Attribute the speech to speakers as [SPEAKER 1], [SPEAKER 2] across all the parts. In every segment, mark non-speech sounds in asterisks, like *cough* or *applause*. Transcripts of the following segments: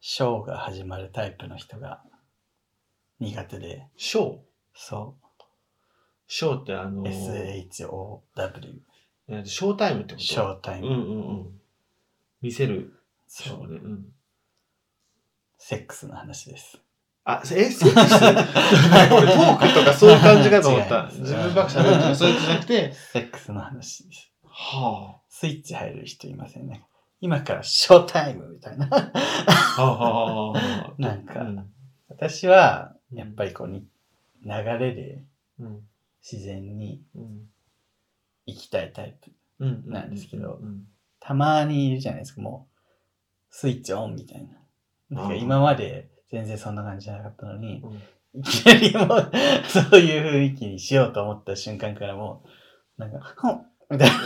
[SPEAKER 1] ショーが始まるタイプの人が苦手で、
[SPEAKER 2] ショー
[SPEAKER 1] そ
[SPEAKER 2] ショーってあの
[SPEAKER 1] う、
[SPEAKER 2] ー、
[SPEAKER 1] SHOW、
[SPEAKER 2] えショータイムってこと
[SPEAKER 1] ショータイ
[SPEAKER 2] う
[SPEAKER 1] ム、
[SPEAKER 2] んうんうん。見せる。シ
[SPEAKER 1] そ
[SPEAKER 2] ョー
[SPEAKER 1] う、
[SPEAKER 2] ね。うん。
[SPEAKER 1] セックスの話です。
[SPEAKER 2] あ、え、 *laughs* セックス俺トークとかそういう感じかと思った。
[SPEAKER 1] 違います
[SPEAKER 2] 自分ばっか喋るとか *laughs* そういうことじゃなくて。
[SPEAKER 1] セックスの話です。
[SPEAKER 2] は
[SPEAKER 1] スイッチ入る人いませんね。今からショータイムみた
[SPEAKER 2] *laughs*
[SPEAKER 1] いな。
[SPEAKER 2] あ。はあはあはあ。
[SPEAKER 1] なんか
[SPEAKER 2] うん
[SPEAKER 1] 私は、やっぱりこうに、流れで
[SPEAKER 2] うん。
[SPEAKER 1] 自然に
[SPEAKER 2] うん。
[SPEAKER 1] 行きたいタイプ。
[SPEAKER 2] うん。
[SPEAKER 1] なんですけど
[SPEAKER 2] *laughs* うん。
[SPEAKER 1] たまにいるじゃないですか、もう、スイッチオンみたいな。なんか
[SPEAKER 2] あー
[SPEAKER 1] 今まで全然そんな感じじゃなかったのに、
[SPEAKER 2] うん
[SPEAKER 1] いきなりもう、 *laughs* そういう雰囲気にしようと思った瞬間からもう、なんか、ほんみたいな。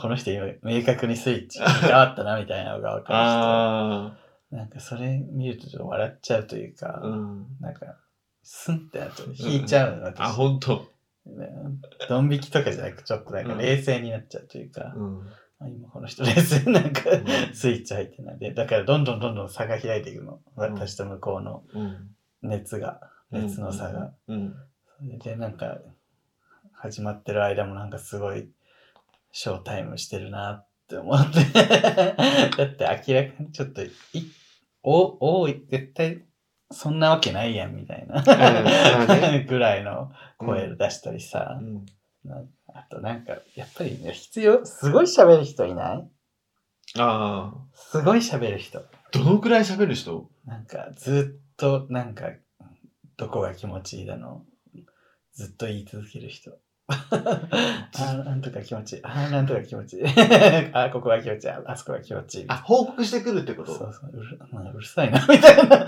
[SPEAKER 1] この人今明確にスイッチ変わったなみたいなのが分か
[SPEAKER 2] あ
[SPEAKER 1] る人。なんかそれ見るとちょっと笑っちゃうという
[SPEAKER 2] あ。
[SPEAKER 1] か、
[SPEAKER 2] うん。
[SPEAKER 1] なんか、スンってあと引いちゃうの、私
[SPEAKER 2] あ、ほんと。
[SPEAKER 1] ね *laughs* ドン引きとかじゃなくちょっとなんか
[SPEAKER 2] うん
[SPEAKER 1] 冷静になっちゃうというか、
[SPEAKER 2] うん。
[SPEAKER 1] あ今この人冷 *laughs* 静になんか
[SPEAKER 2] うん
[SPEAKER 1] スイッチ入ってないで、だからどんどんどんどん差が開いていくの。私と向こうの
[SPEAKER 2] うん。
[SPEAKER 1] 熱が、熱の差が。
[SPEAKER 2] うん。
[SPEAKER 1] で、なんか、始まってる間もなんかすごい、ショータイムしてるなって思
[SPEAKER 2] *laughs*
[SPEAKER 1] って。だって明らかにちょっと、い、お、おい、絶対、そんなわけないやん、みたいな。
[SPEAKER 2] まあ
[SPEAKER 1] *laughs* ぐらいの声出したり
[SPEAKER 2] う
[SPEAKER 1] さ。
[SPEAKER 2] ん。
[SPEAKER 1] あとなんか、やっぱりね、必要、すごい喋る人いない
[SPEAKER 2] ああ。
[SPEAKER 1] すごい喋る人。
[SPEAKER 2] どのくらい喋る人
[SPEAKER 1] なんか、ずっと、なんか、どこが気持ちいいだの。ずっと言い続ける
[SPEAKER 2] *laughs*
[SPEAKER 1] 人。あーなんとか気持ちいい。あーなんとか気持ちいい。 *laughs* あーここが気持ちいい。ああそこが気持ちいい。
[SPEAKER 2] あ、報告してくるってこ
[SPEAKER 1] そう
[SPEAKER 2] と
[SPEAKER 1] そううる、まあうるさいな、 *laughs* みたいな。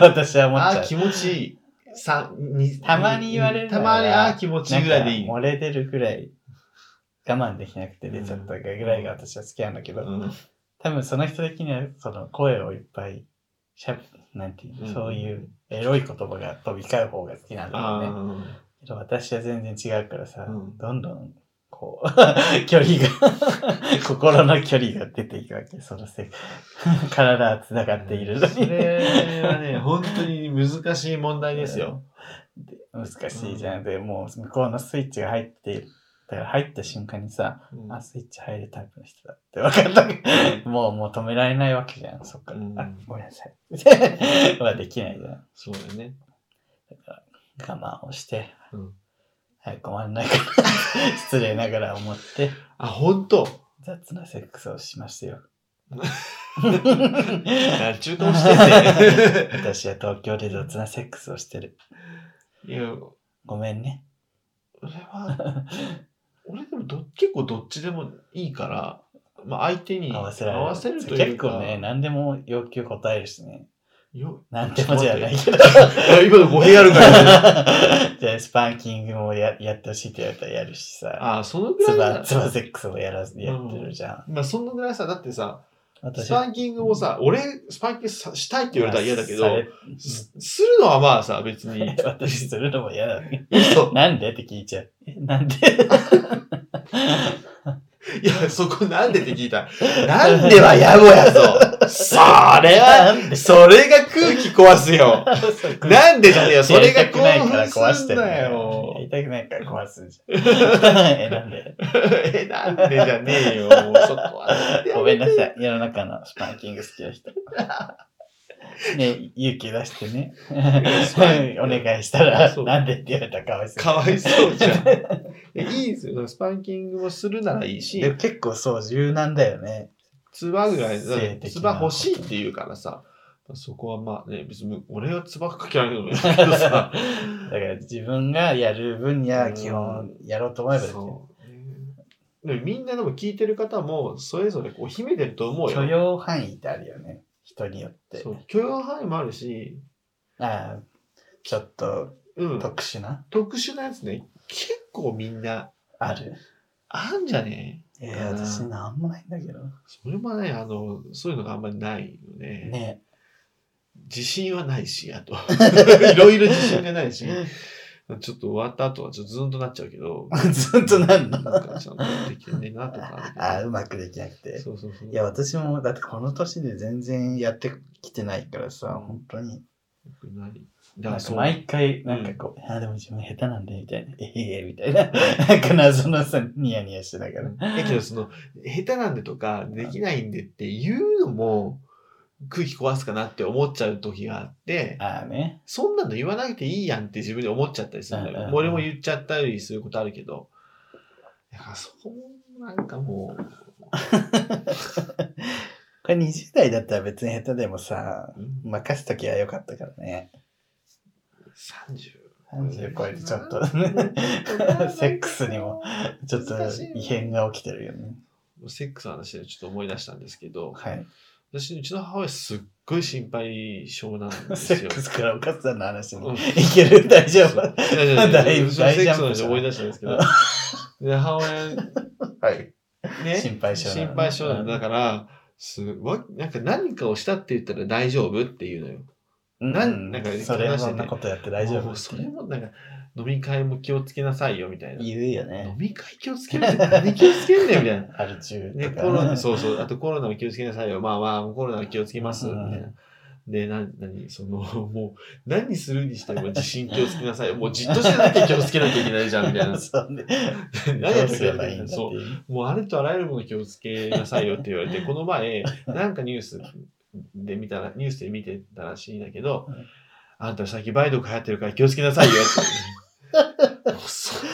[SPEAKER 1] 私は思っち
[SPEAKER 2] あ
[SPEAKER 1] ゃ
[SPEAKER 2] ー
[SPEAKER 1] う。
[SPEAKER 2] 気持ちいい。さに
[SPEAKER 1] たまに言われる
[SPEAKER 2] たまに、あー気持ちいいぐらいでいい。
[SPEAKER 1] なんか漏れ出るぐらい、我慢できなくて出ちゃったぐらいが私は好きなんだけど、
[SPEAKER 2] うん
[SPEAKER 1] 多分その人的にはその声をいっぱいしゃべなんていうの、
[SPEAKER 2] うん
[SPEAKER 1] そういうエロい言葉が飛び交う方が好きなんだろうね。
[SPEAKER 2] あ
[SPEAKER 1] けど私は全然違うからさ、
[SPEAKER 2] うん
[SPEAKER 1] どんどんこう *laughs* 距離が *laughs* 心の距離が出ていくわけそのせ *laughs* 体はつなが
[SPEAKER 2] ー
[SPEAKER 1] っているの
[SPEAKER 2] そ
[SPEAKER 1] に、
[SPEAKER 2] れはね、本当に難しい問題ですよ。
[SPEAKER 1] で難しいじゃん、でもう向こうのスイッチが入ってだから入った瞬間にさ、
[SPEAKER 2] うん
[SPEAKER 1] あスイッチ入るタイプの人だって分かったもうもう止められないわけじゃんそっから、
[SPEAKER 2] うん
[SPEAKER 1] あごめんなさ
[SPEAKER 2] *laughs*
[SPEAKER 1] いはできないじゃん
[SPEAKER 2] そうだね。
[SPEAKER 1] 我慢をして、
[SPEAKER 2] うん
[SPEAKER 1] 早く終わらないから失礼なが *laughs* ら思って
[SPEAKER 2] あ、本当。
[SPEAKER 1] 雑なセックスをしましたよ
[SPEAKER 2] あ中東してて。
[SPEAKER 1] 私は東京で雑なセックスをしてる
[SPEAKER 2] *laughs* いや、
[SPEAKER 1] ごめんね
[SPEAKER 2] 俺は、俺でもど結構どっちでもいいから、まあ相手に
[SPEAKER 1] 合
[SPEAKER 2] 合
[SPEAKER 1] わせられる
[SPEAKER 2] わせるという
[SPEAKER 1] 結
[SPEAKER 2] か。
[SPEAKER 1] 構ね何でも要求答えるしね
[SPEAKER 2] よ
[SPEAKER 1] 何でもじゃない
[SPEAKER 2] い
[SPEAKER 1] けど
[SPEAKER 2] や *laughs* 今の語弊あるからね。
[SPEAKER 1] *laughs* じゃあスパンキングもややってほしいって言われたらやるしさ
[SPEAKER 2] *laughs* あ、そのぐら
[SPEAKER 1] つ
[SPEAKER 2] いだ
[SPEAKER 1] ばつばセックスもやらずやってるじゃん、
[SPEAKER 2] まあそのぐらいさ、だってさ、ス
[SPEAKER 1] 私
[SPEAKER 2] パンキングもさ、俺、スパンキングさしたいって言われたら嫌だけ
[SPEAKER 1] まあされ
[SPEAKER 2] ど、すするのはまあさ、別に。い
[SPEAKER 1] 私するのも嫌だね。
[SPEAKER 2] いと
[SPEAKER 1] なんでって聞いちゃう。えなんで
[SPEAKER 2] いや、そこなんでって聞いた。なんではやぼやぞ。それは、
[SPEAKER 1] なんで
[SPEAKER 2] それが空気壊すよ。なんでじゃねえよ。それが
[SPEAKER 1] やりたくないから
[SPEAKER 2] 興
[SPEAKER 1] 壊
[SPEAKER 2] 奮す
[SPEAKER 1] し
[SPEAKER 2] ん
[SPEAKER 1] てる
[SPEAKER 2] だ
[SPEAKER 1] よ
[SPEAKER 2] よ。
[SPEAKER 1] やりたくないから壊すんじゃん。 *laughs* え、なんで
[SPEAKER 2] *laughs* え、なんでじゃねえよ。もうそこは。
[SPEAKER 1] ごめんなさい。世の中のスパンキング好きな人。ね、勇気出してね。
[SPEAKER 2] スパン
[SPEAKER 1] *laughs* お願いしたら、
[SPEAKER 2] そう
[SPEAKER 1] なんでって言われたらかわいそう。
[SPEAKER 2] かわいそうじゃ *laughs* ん。いやいいですよ。スパンキングもするならいいし
[SPEAKER 1] で、も結構そう、柔軟だよね。
[SPEAKER 2] つばぐらい、
[SPEAKER 1] 性的な
[SPEAKER 2] つば欲しいって言うからさ、そこはまあね、別に俺はつばかけられるのもいいけど *laughs* さ。
[SPEAKER 1] だから自分がやる分には基本やろうと思えばできる
[SPEAKER 2] そうねでもみんなでも聞いてる方もそれぞれこう秘めてると思うよ。
[SPEAKER 1] 許容範囲ってあるよね。人によって
[SPEAKER 2] そ。う許容範囲もあるし、
[SPEAKER 1] ああ、ちょっと
[SPEAKER 2] うん、
[SPEAKER 1] 特殊な、
[SPEAKER 2] 特殊なやつね、結構みんな
[SPEAKER 1] ある。
[SPEAKER 2] あんじゃね
[SPEAKER 1] えー、
[SPEAKER 2] うん
[SPEAKER 1] 私なんもないんだけど。
[SPEAKER 2] それもねあの、そういうのがあんまりないよね。
[SPEAKER 1] ね。
[SPEAKER 2] *laughs* 自信はないし、あと。いろいろ自信がないし。ちょっと終わった後はちょっとズーンとなっちゃうけど
[SPEAKER 1] ずっとなん
[SPEAKER 2] な
[SPEAKER 1] の
[SPEAKER 2] んかちゃんとできてねえなとか
[SPEAKER 1] あ
[SPEAKER 2] あ
[SPEAKER 1] ー
[SPEAKER 2] る
[SPEAKER 1] うまくできなく
[SPEAKER 2] けど。
[SPEAKER 1] て。
[SPEAKER 2] そうそうそう。
[SPEAKER 1] いや、私も、だってこの年で全然やってきてないからさ、本当に。
[SPEAKER 2] よくない。
[SPEAKER 1] な
[SPEAKER 2] だか
[SPEAKER 1] ん
[SPEAKER 2] ら
[SPEAKER 1] か
[SPEAKER 2] そう。
[SPEAKER 1] 毎回、なんかこう、あーでも自分下手なんで、みたいな。えへへ、みたいな。なんか謎のさ、ニヤニヤしてながら。
[SPEAKER 2] だけどその下手なんでとかできないんでっていうのも空気壊すかなって思っちゃう時があって
[SPEAKER 1] ああね。
[SPEAKER 2] そんなの言わなくていいやんって自分で思っちゃったりするんだ
[SPEAKER 1] うんうん
[SPEAKER 2] よ
[SPEAKER 1] うん
[SPEAKER 2] 俺も言っちゃったりすることあるけどだからそこなんかも
[SPEAKER 1] これ20代だったら別に下手でもさ、
[SPEAKER 2] う、うん
[SPEAKER 1] 任すときは良かったからね。
[SPEAKER 2] 30
[SPEAKER 1] 30超えてちょっと、 *laughs* セ
[SPEAKER 2] セ
[SPEAKER 1] ックスにもちょっと異変が起きてるよね。
[SPEAKER 2] セックスの話でちょっと思い出したんですけど
[SPEAKER 1] はい。
[SPEAKER 2] 私うちの母親すっごい心配性なんです
[SPEAKER 1] セッ
[SPEAKER 2] よ
[SPEAKER 1] クスからお母さんの話に
[SPEAKER 2] うん
[SPEAKER 1] いける大丈夫
[SPEAKER 2] そういやいや
[SPEAKER 1] だ
[SPEAKER 2] い
[SPEAKER 1] い
[SPEAKER 2] や
[SPEAKER 1] ぶ
[SPEAKER 2] そのセックスの
[SPEAKER 1] 大ジャン
[SPEAKER 2] 話
[SPEAKER 1] プ
[SPEAKER 2] 思い出したんですけど。で、母親、
[SPEAKER 1] はい。
[SPEAKER 2] ね、
[SPEAKER 1] 心配性なのね
[SPEAKER 2] 心配性なのだから、すわなんか何かをしたって言ったら大丈夫っていうのよ。なんなんか
[SPEAKER 1] それ
[SPEAKER 2] 話してて
[SPEAKER 1] そんなことやって大丈
[SPEAKER 2] も
[SPEAKER 1] 夫
[SPEAKER 2] うそれもなんか、飲み会も気をつけなさいよみたいな。
[SPEAKER 1] 言うよ
[SPEAKER 2] 飲
[SPEAKER 1] ね。
[SPEAKER 2] み会気をつけるって何気をつけんねんみたいな。
[SPEAKER 1] アル中
[SPEAKER 2] ね、
[SPEAKER 1] と
[SPEAKER 2] コロナ、
[SPEAKER 1] か。
[SPEAKER 2] *laughs* そうそう、あとコロナも気をつけなさいよ。まあまあ、コロナは気をつけます。み
[SPEAKER 1] うん
[SPEAKER 2] たいな。で、な、なに、その、 *laughs* もう、何するにしても地震気をつけなさいよ。もうじっとしてなきゃ気をつけなきゃいけないじゃん、みたいな。
[SPEAKER 1] *laughs* そうね。
[SPEAKER 2] 何
[SPEAKER 1] ど
[SPEAKER 2] や
[SPEAKER 1] う
[SPEAKER 2] って
[SPEAKER 1] す
[SPEAKER 2] く
[SPEAKER 1] れ
[SPEAKER 2] れ
[SPEAKER 1] ばい
[SPEAKER 2] ばい
[SPEAKER 1] い
[SPEAKER 2] い
[SPEAKER 1] んだって
[SPEAKER 2] んだそう。
[SPEAKER 1] いう。
[SPEAKER 2] もうあるとあらゆるもの気をつけなさいよって言われて、この前、なんかニュースで見たら、ニュースで見てたらしいんだけど
[SPEAKER 1] うん、
[SPEAKER 2] あんた最近梅毒流行ってるから気をつけなさいよ
[SPEAKER 1] *laughs*
[SPEAKER 2] って。もうそ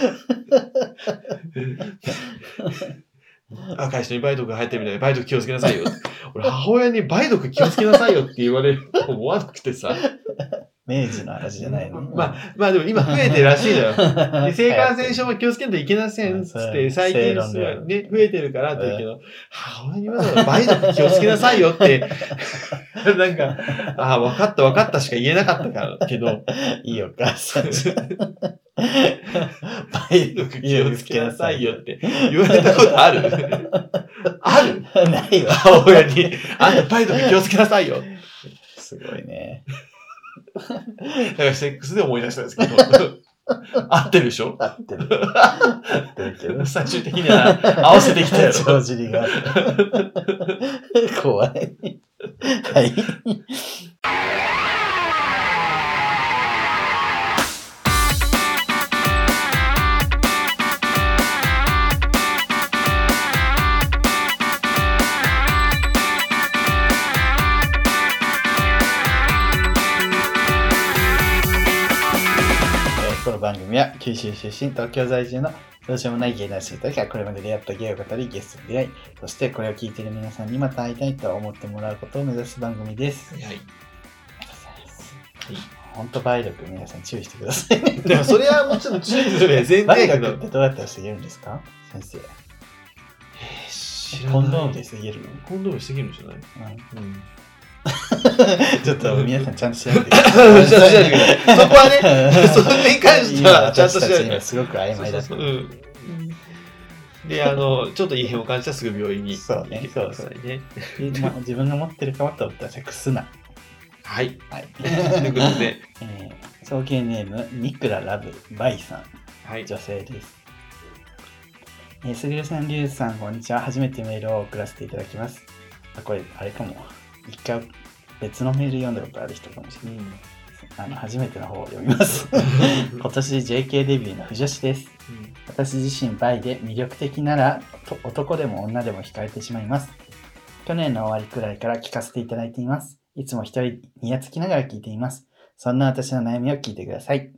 [SPEAKER 2] 若い人に梅毒が流行ってるみたいで、梅毒気をつけなさいよって。俺、母親に梅毒気をつけなさいよって言われると思わなくてさ。
[SPEAKER 1] 明治の話じゃないの。
[SPEAKER 2] まあ、まあでも今増えてるらしいのよ。
[SPEAKER 1] *laughs* あ
[SPEAKER 2] で性感染症も気をつけないといけませんっつっ
[SPEAKER 1] う
[SPEAKER 2] て、
[SPEAKER 1] ん
[SPEAKER 2] 最
[SPEAKER 1] 正
[SPEAKER 2] 近
[SPEAKER 1] 論
[SPEAKER 2] すご
[SPEAKER 1] だよ
[SPEAKER 2] いね、増えてるからって言うけど、母親にまだ梅毒気をつ *laughs* けなさいよって、なんか、ああ、分かった分かったしか言えなかったから、けど、
[SPEAKER 1] いいお母
[SPEAKER 2] *laughs*
[SPEAKER 1] さん。梅毒
[SPEAKER 2] 気をつけなさいよって言われたことある *laughs* ある
[SPEAKER 1] ないわ。
[SPEAKER 2] 母親に、あんた梅毒気をつけなさいよ。
[SPEAKER 1] すごいね。
[SPEAKER 2] だからセックスで思い出したんですけど、合ってるでしょ
[SPEAKER 1] 合ってる。合ってるけど。
[SPEAKER 2] 最終的には合わせてきたやろ。
[SPEAKER 1] 帳尻が。怖い。はい。えーこの番組は九州出身東京在住のどうしようもない芸能人たちがこれまで出会った芸を語りゲストに出会いそしてこれを聞いている皆さんにまた会いたいと思ってもらうことを目指す番組です。
[SPEAKER 2] *laughs* はい
[SPEAKER 1] 本当梅毒皆さん注意してください。
[SPEAKER 2] でもそれはもちろん注意するよ全然
[SPEAKER 1] 梅
[SPEAKER 2] やけ
[SPEAKER 1] 毒っ
[SPEAKER 2] ど。
[SPEAKER 1] てどうやったら防げるんですか先生。
[SPEAKER 2] 知。
[SPEAKER 1] コンドームです防げるの、
[SPEAKER 2] コンドームしてきるんじゃない
[SPEAKER 1] うん
[SPEAKER 2] うん。
[SPEAKER 1] *laughs* ちょっと皆さんちゃんと調べてくだ
[SPEAKER 2] *laughs* ち
[SPEAKER 1] さ
[SPEAKER 2] ょ
[SPEAKER 1] い。
[SPEAKER 2] っと調べてくれそこはね、それに関してはちゃんと調べて
[SPEAKER 1] 今私た今すごく曖昧だと
[SPEAKER 2] そうそうそうう
[SPEAKER 1] *laughs*
[SPEAKER 2] ん。で、あの、ちょっと異変を感じたらすぐ病院に
[SPEAKER 1] そう
[SPEAKER 2] 行
[SPEAKER 1] ね
[SPEAKER 2] ってくださいね。
[SPEAKER 1] まあ自分が持ってるかもと思ったらセックスすな。
[SPEAKER 2] はい。 *laughs*
[SPEAKER 1] はい。
[SPEAKER 2] ということで、
[SPEAKER 1] *laughs* えー、送迎ネーム、ニクララブバイさん。
[SPEAKER 2] はい。
[SPEAKER 1] 女性です。えー、すぐるさん、りゅうさん、こんにちは。初めてメールを送らせていただきます。あ、これ、あれかも。一回、別のメール読んだことある人かもしれ
[SPEAKER 2] うん
[SPEAKER 1] ない。あの、初めての方を読み
[SPEAKER 2] *laughs*
[SPEAKER 1] ます。今年 JK デビューの不女子です。私自身バイで魅力的ならと男でも女でも惹かれてしまいます去年の終わりくらいから聞かせていただいていますいつも一人にやつきながら聞いていますそんな私の悩みを聞いてください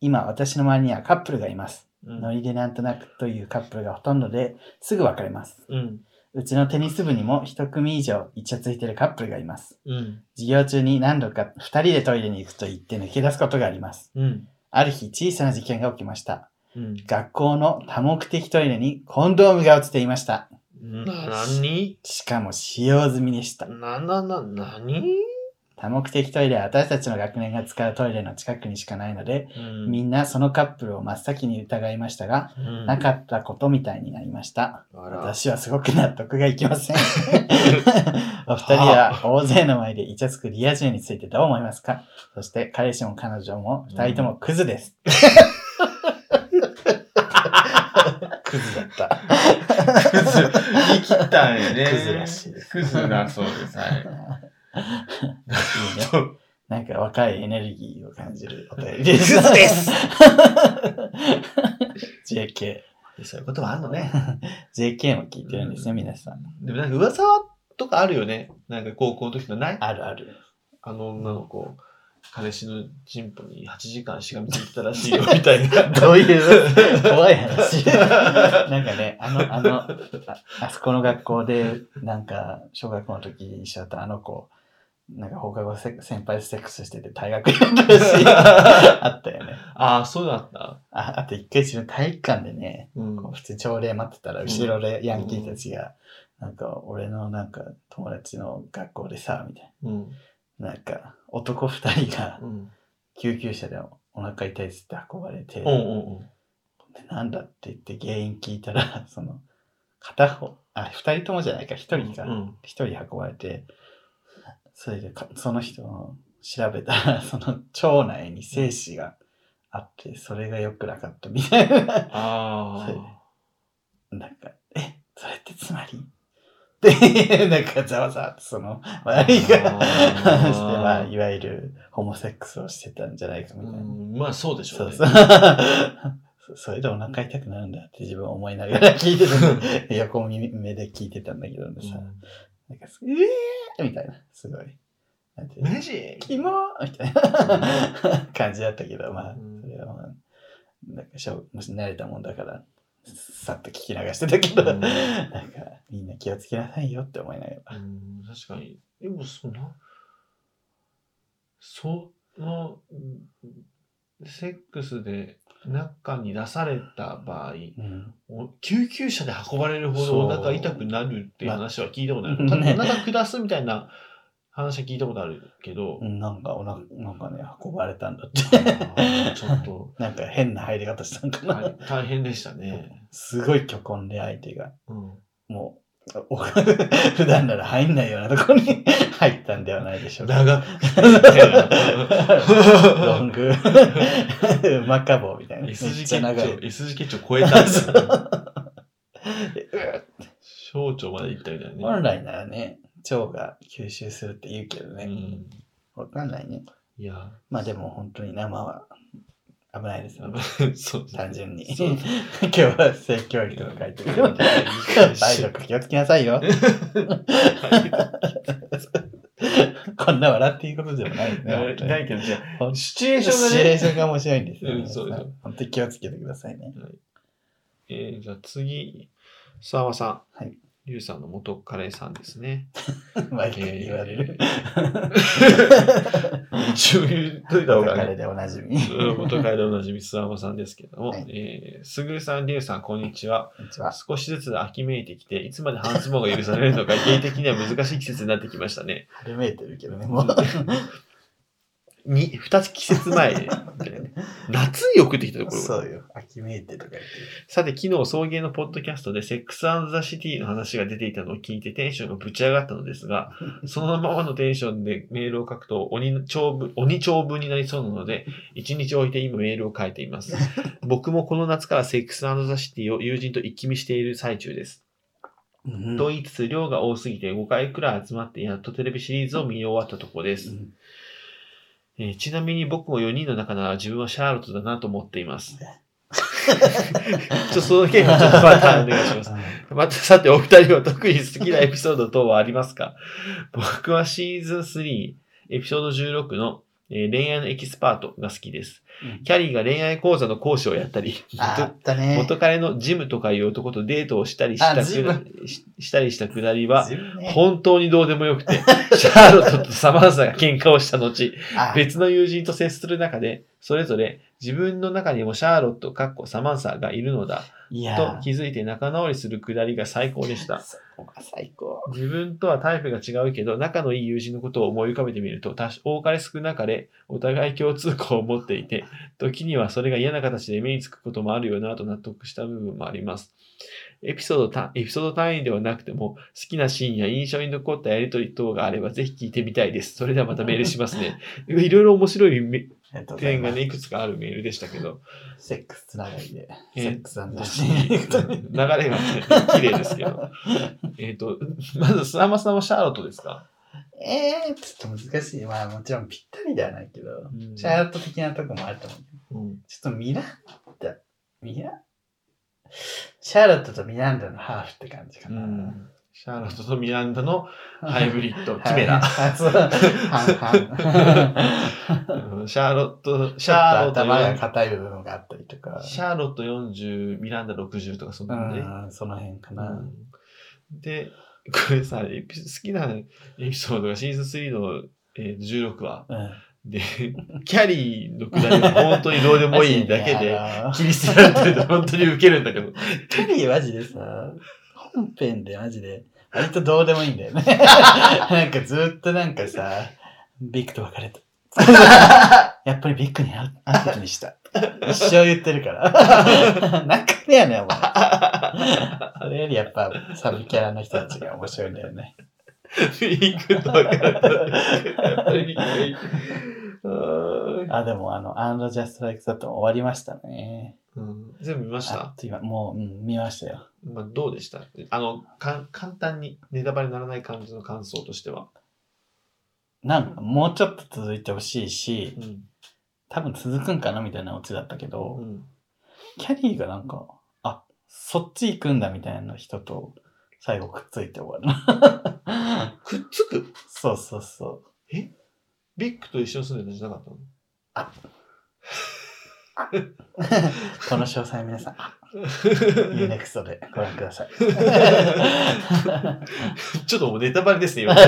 [SPEAKER 1] 今私の周りにはカップルがいます
[SPEAKER 2] うん
[SPEAKER 1] ノリでなんとなくというカップルがほとんどですぐ別れます
[SPEAKER 2] うん。
[SPEAKER 1] うちのテニス部にも一組以上イチャついてるカップルがいます
[SPEAKER 2] うん。
[SPEAKER 1] 授業中に何度か2人でトイレに行くと言って抜け出すことがあります
[SPEAKER 2] うん。
[SPEAKER 1] ある日小さな事件が起きました
[SPEAKER 2] うん。
[SPEAKER 1] 学校の多目的トイレにコンドームが落ちていました。
[SPEAKER 2] な、なに
[SPEAKER 1] しかも使用済みでした。
[SPEAKER 2] な、な、な、なに
[SPEAKER 1] 多目的トイレは私たちの学年が使うトイレの近くにしかないので、
[SPEAKER 2] うん
[SPEAKER 1] みんなそのカップルを真っ先に疑いましたが、
[SPEAKER 2] うん
[SPEAKER 1] なかったことみたいになりました。
[SPEAKER 2] あら
[SPEAKER 1] 私はすごく納得がいきま
[SPEAKER 2] *laughs*
[SPEAKER 1] せん。お二人は大勢の前でイチャつくリア充についてどう思いますかそして彼氏も彼女も二人ともクズです。クズだった。
[SPEAKER 2] クズ、言い切ったんやね。
[SPEAKER 1] クズらしいです
[SPEAKER 2] クズだそうです。
[SPEAKER 1] *laughs*
[SPEAKER 2] はい。
[SPEAKER 1] いいね。
[SPEAKER 2] そう
[SPEAKER 1] なんか若いエネルギーを感じるお便りで
[SPEAKER 2] クズです
[SPEAKER 1] *laughs* JK。
[SPEAKER 2] そういうこともあるのね。
[SPEAKER 1] JK も聞いてるんですね、皆さん。
[SPEAKER 2] でもなんか噂はとかあるよね。なんか高校の時のない
[SPEAKER 1] あるある。
[SPEAKER 2] あの女の子、彼氏のチンポに8時間しがみついてたらしいよ、みたいな。
[SPEAKER 1] *laughs* どういう、
[SPEAKER 2] *laughs*
[SPEAKER 1] 怖い話。なんかね、あの、あの、ああそこの学校で、なんか、小学校の時一緒だったあの子、なんか放課後せ先輩とセックスしてて退学になったらしい。あったよね。
[SPEAKER 2] ああ、そうだった。
[SPEAKER 1] ああと一回自分体育館でね、
[SPEAKER 2] うん。
[SPEAKER 1] こう普通に朝礼待ってたら、後ろでヤンキーたちが、なんか、俺のなんか、友達の学校でさ、みたい
[SPEAKER 2] うん。
[SPEAKER 1] な。なんか、男二人が
[SPEAKER 2] うん。
[SPEAKER 1] 救急車でお腹痛いっつって運ばれて、
[SPEAKER 2] うんうんうん。
[SPEAKER 1] でなんだって言って原因聞いたら、 *laughs* その、片方、あ、二人ともじゃないか、一人
[SPEAKER 2] う
[SPEAKER 1] が、
[SPEAKER 2] ん。
[SPEAKER 1] 一人運ばれて、それでか、その人を調べたら、その腸内に精子があって、それが良くなかったみたいな。
[SPEAKER 2] あ
[SPEAKER 1] そうなんか、え、それってつまりって、なんかざわざわとその、周りがして、
[SPEAKER 2] あー
[SPEAKER 1] まあ、いわゆるホモセックスをしてたんじゃないか
[SPEAKER 2] あ。う
[SPEAKER 1] みたいな。
[SPEAKER 2] ん、まあそうでしょ
[SPEAKER 1] そうう
[SPEAKER 2] ね。
[SPEAKER 1] そう。 *laughs* そそれでお腹痛くなるんだって自分思いながら聞いて
[SPEAKER 2] *laughs*
[SPEAKER 1] た。横目で聞いてたんだけどねさ。なんかす、うえーみたいな。すごい。なんていう
[SPEAKER 2] うん
[SPEAKER 1] の
[SPEAKER 2] マジ
[SPEAKER 1] キモーみたい
[SPEAKER 2] *laughs*
[SPEAKER 1] な感じだったけど、まあ
[SPEAKER 2] うん、
[SPEAKER 1] それはまあ、なんかしょう、もし慣れたもんだから、さっと聞き流してたけど、
[SPEAKER 2] う
[SPEAKER 1] なん
[SPEAKER 2] ん
[SPEAKER 1] か、みんな気をつけなさいよって思いながら。
[SPEAKER 2] うん、確かに。でも、その、その、うんセックスで中に出された場合、
[SPEAKER 1] うん。
[SPEAKER 2] お救急車で運ばれるほ
[SPEAKER 1] そ
[SPEAKER 2] ど
[SPEAKER 1] う
[SPEAKER 2] お腹痛くなるっていう話は聞いたことある。
[SPEAKER 1] ま
[SPEAKER 2] た
[SPEAKER 1] あね
[SPEAKER 2] だお腹下すみたいな話は聞いたことあるけど、
[SPEAKER 1] なんか、おななんかね、運ばれたんだって。
[SPEAKER 2] あーちょっ
[SPEAKER 1] *laughs*
[SPEAKER 2] と
[SPEAKER 1] なんか変な入り方したんかな。
[SPEAKER 2] 大大変でしたね。
[SPEAKER 1] すごい虚婚で相手が、
[SPEAKER 2] うん
[SPEAKER 1] もう、お *laughs* 普段なら入んないようなところに *laughs* 入ったんではないでしょうか。
[SPEAKER 2] 長く
[SPEAKER 1] *laughs* ロング、
[SPEAKER 2] *laughs*
[SPEAKER 1] マカボみたいな。めっ
[SPEAKER 2] S 字
[SPEAKER 1] ちゃ
[SPEAKER 2] 結
[SPEAKER 1] 長い。
[SPEAKER 2] 腸、S 字結腸超えたんで
[SPEAKER 1] *laughs*
[SPEAKER 2] すよ。小腸まで行ったみたいな
[SPEAKER 1] 本
[SPEAKER 2] ね。
[SPEAKER 1] 来ならね、腸が吸収するって言うけど
[SPEAKER 2] う
[SPEAKER 1] ね、
[SPEAKER 2] ん、
[SPEAKER 1] わかんないね。
[SPEAKER 2] いや、
[SPEAKER 1] まあでも本当に生は危ないですよね。 *laughs*
[SPEAKER 2] そう
[SPEAKER 1] 単純に。 *laughs*
[SPEAKER 2] そう
[SPEAKER 1] 今日は性教育の回答で。体力気をつけなさいよ。こんな笑っていいことでもないよね。本当に
[SPEAKER 2] ないけど、じゃ
[SPEAKER 1] ほん
[SPEAKER 2] あ
[SPEAKER 1] と
[SPEAKER 2] シチュエー
[SPEAKER 1] シ
[SPEAKER 2] シ
[SPEAKER 1] チ
[SPEAKER 2] ョン
[SPEAKER 1] ュ
[SPEAKER 2] が
[SPEAKER 1] エー
[SPEAKER 2] ね。
[SPEAKER 1] ションが面白いんですよ、
[SPEAKER 2] う
[SPEAKER 1] ね
[SPEAKER 2] んそうそう
[SPEAKER 1] 本当に気をつけてくださいね。
[SPEAKER 2] えーじゃあ次、沢さ
[SPEAKER 1] は
[SPEAKER 2] ん。
[SPEAKER 1] い。
[SPEAKER 2] ゆうさんの元カレさんですね。
[SPEAKER 1] 毎回言われる。
[SPEAKER 2] *laughs* 一応言っといた方
[SPEAKER 1] 元
[SPEAKER 2] が
[SPEAKER 1] 彼
[SPEAKER 2] ね。
[SPEAKER 1] でおなじみ。
[SPEAKER 2] うん元カレでおなじみ沢さんですけども、
[SPEAKER 1] はい
[SPEAKER 2] えーすぐるさん、りゅうさん、こんにちは。
[SPEAKER 1] こんにちは。
[SPEAKER 2] 少しずつ秋めいてきて、いつまで半ズボンが許され
[SPEAKER 1] *laughs*
[SPEAKER 2] るのか、芸的には難しい季節になってきましたね。
[SPEAKER 1] 春めいてるけどね、もう。
[SPEAKER 2] に二つ季節前
[SPEAKER 1] *laughs*
[SPEAKER 2] みたいなね夏に送ってきたところが
[SPEAKER 1] そうよ。秋めいてとか言って
[SPEAKER 2] さて、昨日、送迎のポッドキャストで、セックスザ・シティの話が出ていたのを聞いて、テンションがぶち上がったのです
[SPEAKER 1] *laughs*
[SPEAKER 2] が、そのままのテンションでメールを書くと、鬼長文鬼長文になりそうなので、一日置いて今メールを書いて
[SPEAKER 1] *laughs*
[SPEAKER 2] います。僕もこの夏からセックスザ・シティを友人と一気見している最中です。
[SPEAKER 1] うん
[SPEAKER 2] と言いつつ、量が多すぎて5回くらい集まって、やっとテレビシリーズを見終わったとこです。えーちなみに僕も4人の中なら自分はシャーロットだなと思って
[SPEAKER 1] *laughs*
[SPEAKER 2] います。ちょその件はちょっとまたお願いします。 *laughs* またさてお二人は特に好きなエピソード等はありますか *laughs* 僕はシーズン3、エピソード16の、えー恋愛のエキスパートが好きで
[SPEAKER 1] う
[SPEAKER 2] す。
[SPEAKER 1] ん
[SPEAKER 2] キャリーが恋愛講座の講師をやったり、
[SPEAKER 1] ああったね。
[SPEAKER 2] 元彼のジムとかいう男とデートをしたりした
[SPEAKER 1] あジ
[SPEAKER 2] くなししたりしたくだりは、
[SPEAKER 1] 自分ね
[SPEAKER 2] 本当にどうでもよくて、 *laughs* シャーロットとサマンサが喧嘩をした後、
[SPEAKER 1] あ
[SPEAKER 2] 別の友人と接する中で、それぞれ自分の中にもシャーロット、かっこサマンサがいるのだ
[SPEAKER 1] いや
[SPEAKER 2] と
[SPEAKER 1] ー
[SPEAKER 2] 気づいて仲直りするくだりが最高でした。
[SPEAKER 1] そこが最高。
[SPEAKER 2] 自分とはタイプが違うけど、仲のいい友人のことを思い浮かべてみると、多少多かれ少なかれ、お互い共通項を持っていて、時にはそれが嫌な形で目につくこともあるよなと納得した部分もあります。エピソード単エピソード単位ではなくても、好きなシーンや印象に残ったやりとり等があれば、ぜひ聞いてみたいです。それではまたメールしますね。 *laughs* いろいろ面白いめ
[SPEAKER 1] ありがとうござい
[SPEAKER 2] 点
[SPEAKER 1] ま
[SPEAKER 2] が
[SPEAKER 1] す。
[SPEAKER 2] ね、いくつかあるメールでしたけど、
[SPEAKER 1] セックスつながりで。
[SPEAKER 2] えー
[SPEAKER 1] セックスなんだし。
[SPEAKER 2] *laughs* 流れが、ね、綺麗ですけど。えっと、まず、スナマさんはシャーロットですか
[SPEAKER 1] えー、ちょっと難しい。まあもちろんぴったりではないけど、
[SPEAKER 2] ん
[SPEAKER 1] シャーロット的なとこもあると思う。
[SPEAKER 2] うん
[SPEAKER 1] ちょっとミランダ、ミラシャーロットとミランダのハーフって感じか
[SPEAKER 2] う
[SPEAKER 1] な。
[SPEAKER 2] んシャーロットとミランダのハイブリッド、キメ
[SPEAKER 1] ラ。
[SPEAKER 2] ラ。
[SPEAKER 1] あそう半々。
[SPEAKER 2] うんシャーロット、 *laughs* シ
[SPEAKER 1] シャ
[SPEAKER 2] ャ
[SPEAKER 1] ー
[SPEAKER 2] ー
[SPEAKER 1] ロ
[SPEAKER 2] ロ
[SPEAKER 1] ッ
[SPEAKER 2] ッ
[SPEAKER 1] ト
[SPEAKER 2] ト
[SPEAKER 1] 頭が
[SPEAKER 2] 40、
[SPEAKER 1] 硬い部分があったりとか。
[SPEAKER 2] シャーロット40、ミランダ60とかそんなんで。
[SPEAKER 1] うん、その辺か
[SPEAKER 2] う
[SPEAKER 1] な。
[SPEAKER 2] んで、これさ、エピ好きなエピソードがシーズン3の、えー16話。
[SPEAKER 1] うん。
[SPEAKER 2] *laughs* で、キャリーのくだりは本当にどうでもいいだけで。切り捨てられてると本当にウケるんだけど。
[SPEAKER 1] キャリーマジでさ、本編でマジで、割とどうでもいいんだよ
[SPEAKER 2] *laughs*
[SPEAKER 1] ね。なんかずっとなんかさ、ビッグと別れた。
[SPEAKER 2] *laughs*
[SPEAKER 1] やっぱりビッグに会う会うことにした。一生言ってるから。なんかねやねん、お前。それよりやっぱサブキャラの人たちが面白いんだよね。
[SPEAKER 2] ビッグと分かった。やっぱ *laughs* りビッグがいい。あー
[SPEAKER 1] あ、でもあの、アンドジャストライクサットも終わりましたね。
[SPEAKER 2] うん全部見まし
[SPEAKER 1] あ
[SPEAKER 2] た
[SPEAKER 1] っと今、もう、うん、見ましたよ。
[SPEAKER 2] まあ、どうでしたあのか簡単にネタバレにならない感じの感想としては。
[SPEAKER 1] なんかもうちょっと続いてほしいし
[SPEAKER 2] う、ん。
[SPEAKER 1] 多分続くんかなみたいなオチだったけど、
[SPEAKER 2] うん
[SPEAKER 1] キャリーがなんか、あ、そっち行くんだみたいな人と、最後くっついて終わる *laughs* な。
[SPEAKER 2] くっつく
[SPEAKER 1] そうそうそう。
[SPEAKER 2] ビッグと一緒に住んでたんじゃなかったの
[SPEAKER 1] この詳細皆さん、UNEXT でご覧ください。
[SPEAKER 2] *laughs*
[SPEAKER 1] *laughs*
[SPEAKER 2] ちょっともうネタバレですね、今 *laughs* ね